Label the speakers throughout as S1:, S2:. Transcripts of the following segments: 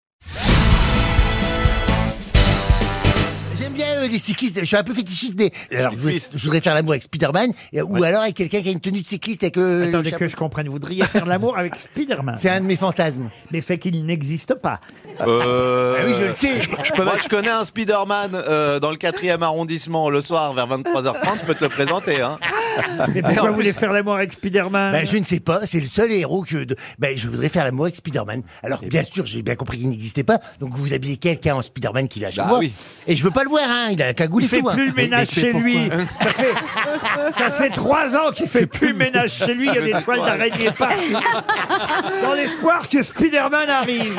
S1: peu euh, les cyclistes, je suis un peu fétichiste des. Alors, je, voulais-
S2: Cycliste.
S1: je voudrais faire l'amour avec Spider-Man, et- ou alors avec quelqu'un qui a une tenue de cycliste avec. euh, le
S3: Attendez
S1: chapeau.
S3: que je comprenne, vous voudriez faire l'amour avec Spider-Man.
S1: C'est un de mes fantasmes.
S3: Mais c'est qu'il n'existe pas.
S2: Euh,
S1: Ah oui, je le sais.
S2: Moi, je connais un Spider-Man euh, dans le 4e arrondissement le soir vers 23h30. Je peux te le présenter. Hein.
S3: Mais pourquoi
S2: en
S3: vous voulez faire l'amour avec Spider-Man
S1: Ben, je ne sais pas, c'est le seul héros que de- ben, je voudrais faire l'amour avec Spider-Man.
S2: Eh
S1: Alors, bien
S2: ben.
S1: sûr, j'ai bien compris qu'il n'existait pas, donc vous habillez quelqu'un en Spider-Man qui l'a chez
S2: Bah
S1: moi.
S2: oui.
S1: Et je veux pas le voir, hein, il a la cagoule
S3: Il
S1: et
S3: fait
S1: tout. hein.
S3: plus le ménage
S4: mais
S3: chez lui. Ça fait, ça fait trois ans qu'il fait plus le ménage chez lui. Il y a des toiles d'araignée partout. Dans l'espoir que Spider-Man arrive.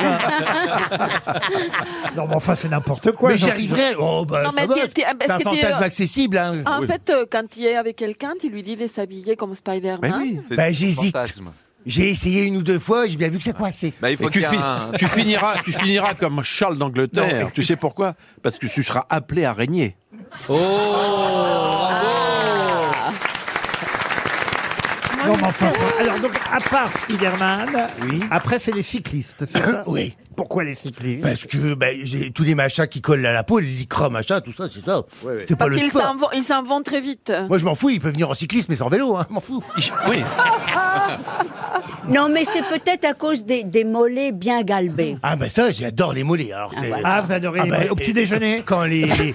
S3: Non, mais enfin, c'est n'importe quoi.
S1: mais j'y
S3: j'en-
S1: arriverai. Oh, ben,
S5: Non,
S1: ça
S5: mais
S1: va,
S5: t'es- t'es- bah, euh,
S1: c'est un
S5: est-ce que t'es-
S1: fantasme accessible. Hein.
S5: En
S2: Oui.
S5: fait, euh, quand tu es avec quelqu'un, tu lui dis de s'habiller comme Spider-Man.
S2: C'est
S1: Bah,
S2: un
S1: j'hésite.
S2: fantasme.
S1: J'ai essayé une ou deux fois, j'ai bien vu que ça coinçait.
S2: Bah, il faut
S4: Et tu,
S2: qu'il y ait
S4: fi-
S2: un-
S4: tu finiras, tu finiras comme Charles d'Angleterre.
S3: Non, mais-
S4: Tu sais pourquoi Parce que tu seras appelé à régner.
S3: Non, mais enfin, ça- Alors, donc, à part Spider-Man,
S1: Oui. Euh,
S3: après, c'est les cyclistes, c'est ça
S1: Oui.
S3: Pourquoi les cyclistes
S1: Parce que ben, j'ai tous les machins qui collent à la peau, les lycra, machin, tout ça, c'est ça. C'est pas
S5: Parce
S1: le
S5: qu'ils
S1: sport.
S5: s'en vont- ils s'en vont très vite.
S1: Moi, je m'en fous, il peut venir en cyclisme, mais sans vélo, hein, je m'en fous.
S4: Oui.
S6: Non, mais c'est peut-être à cause des, des mollets bien galbés.
S1: Ah, ben ça, j'adore les mollets. Alors, c'est-
S3: Ah, vous adorez
S1: Ah
S3: les
S1: bah,
S3: mollets. au
S1: et-
S3: petit déjeuner
S1: Quand les, les-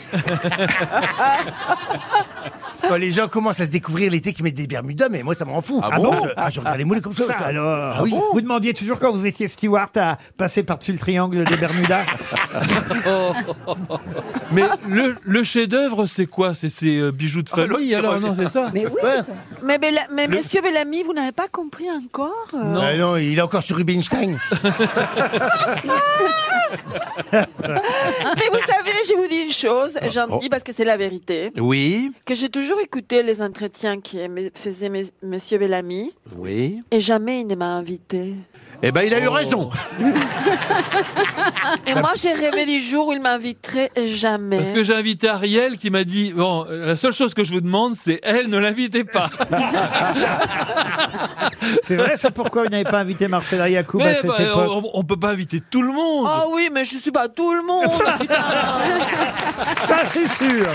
S1: quand les gens commencent à se découvrir l'été qu'ils mettent des Bermudas, mais moi ça me rend fou.
S2: Ah bon
S1: Moi, je, ah, je regarde les mollets comme ça.
S3: Ça, alors
S1: Ah oui.
S3: Vous demandiez toujours quand vous étiez steward à passer par-dessus le triangle des Bermudas
S7: Mais le, le chef-d'œuvre, c'est quoi C'est ces euh, bijoux de famille,
S2: l'autre,
S7: alors
S2: il
S7: Non, c'est ça
S6: Mais oui,
S1: Ouais.
S5: Mais, Bella- mais monsieur Bellamy, vous n'avez pas compris encore euh,
S1: Ah non, il est encore sur Rubinstein.
S5: Mais vous savez, je vous dis une chose,
S1: Ah,
S5: et
S1: oh.
S5: j'en dis parce que c'est la vérité,
S4: Oui.
S5: que j'ai toujours écouté les entretiens que me- faisait mes- monsieur Bellamy,
S4: Oui.
S5: et jamais il ne m'a invité.
S4: Eh ben, il a eu raison.
S5: Et
S1: Ah.
S5: moi, j'ai rêvé du jour où il m'inviterait, et jamais.
S7: Parce que j'ai invité Ariel qui m'a dit Bon, euh, la seule chose que je vous demande, c'est elle, ne l'invitez pas.
S3: C'est vrai, ça pourquoi vous n'avez pas invité Marcella Yacoub à
S7: Mais
S3: cette
S7: bah,
S3: époque
S7: on, on peut pas inviter tout le
S5: Ah
S7: monde.
S5: Oh oui, mais je suis pas tout le monde. putain.
S3: Ça, c'est sûr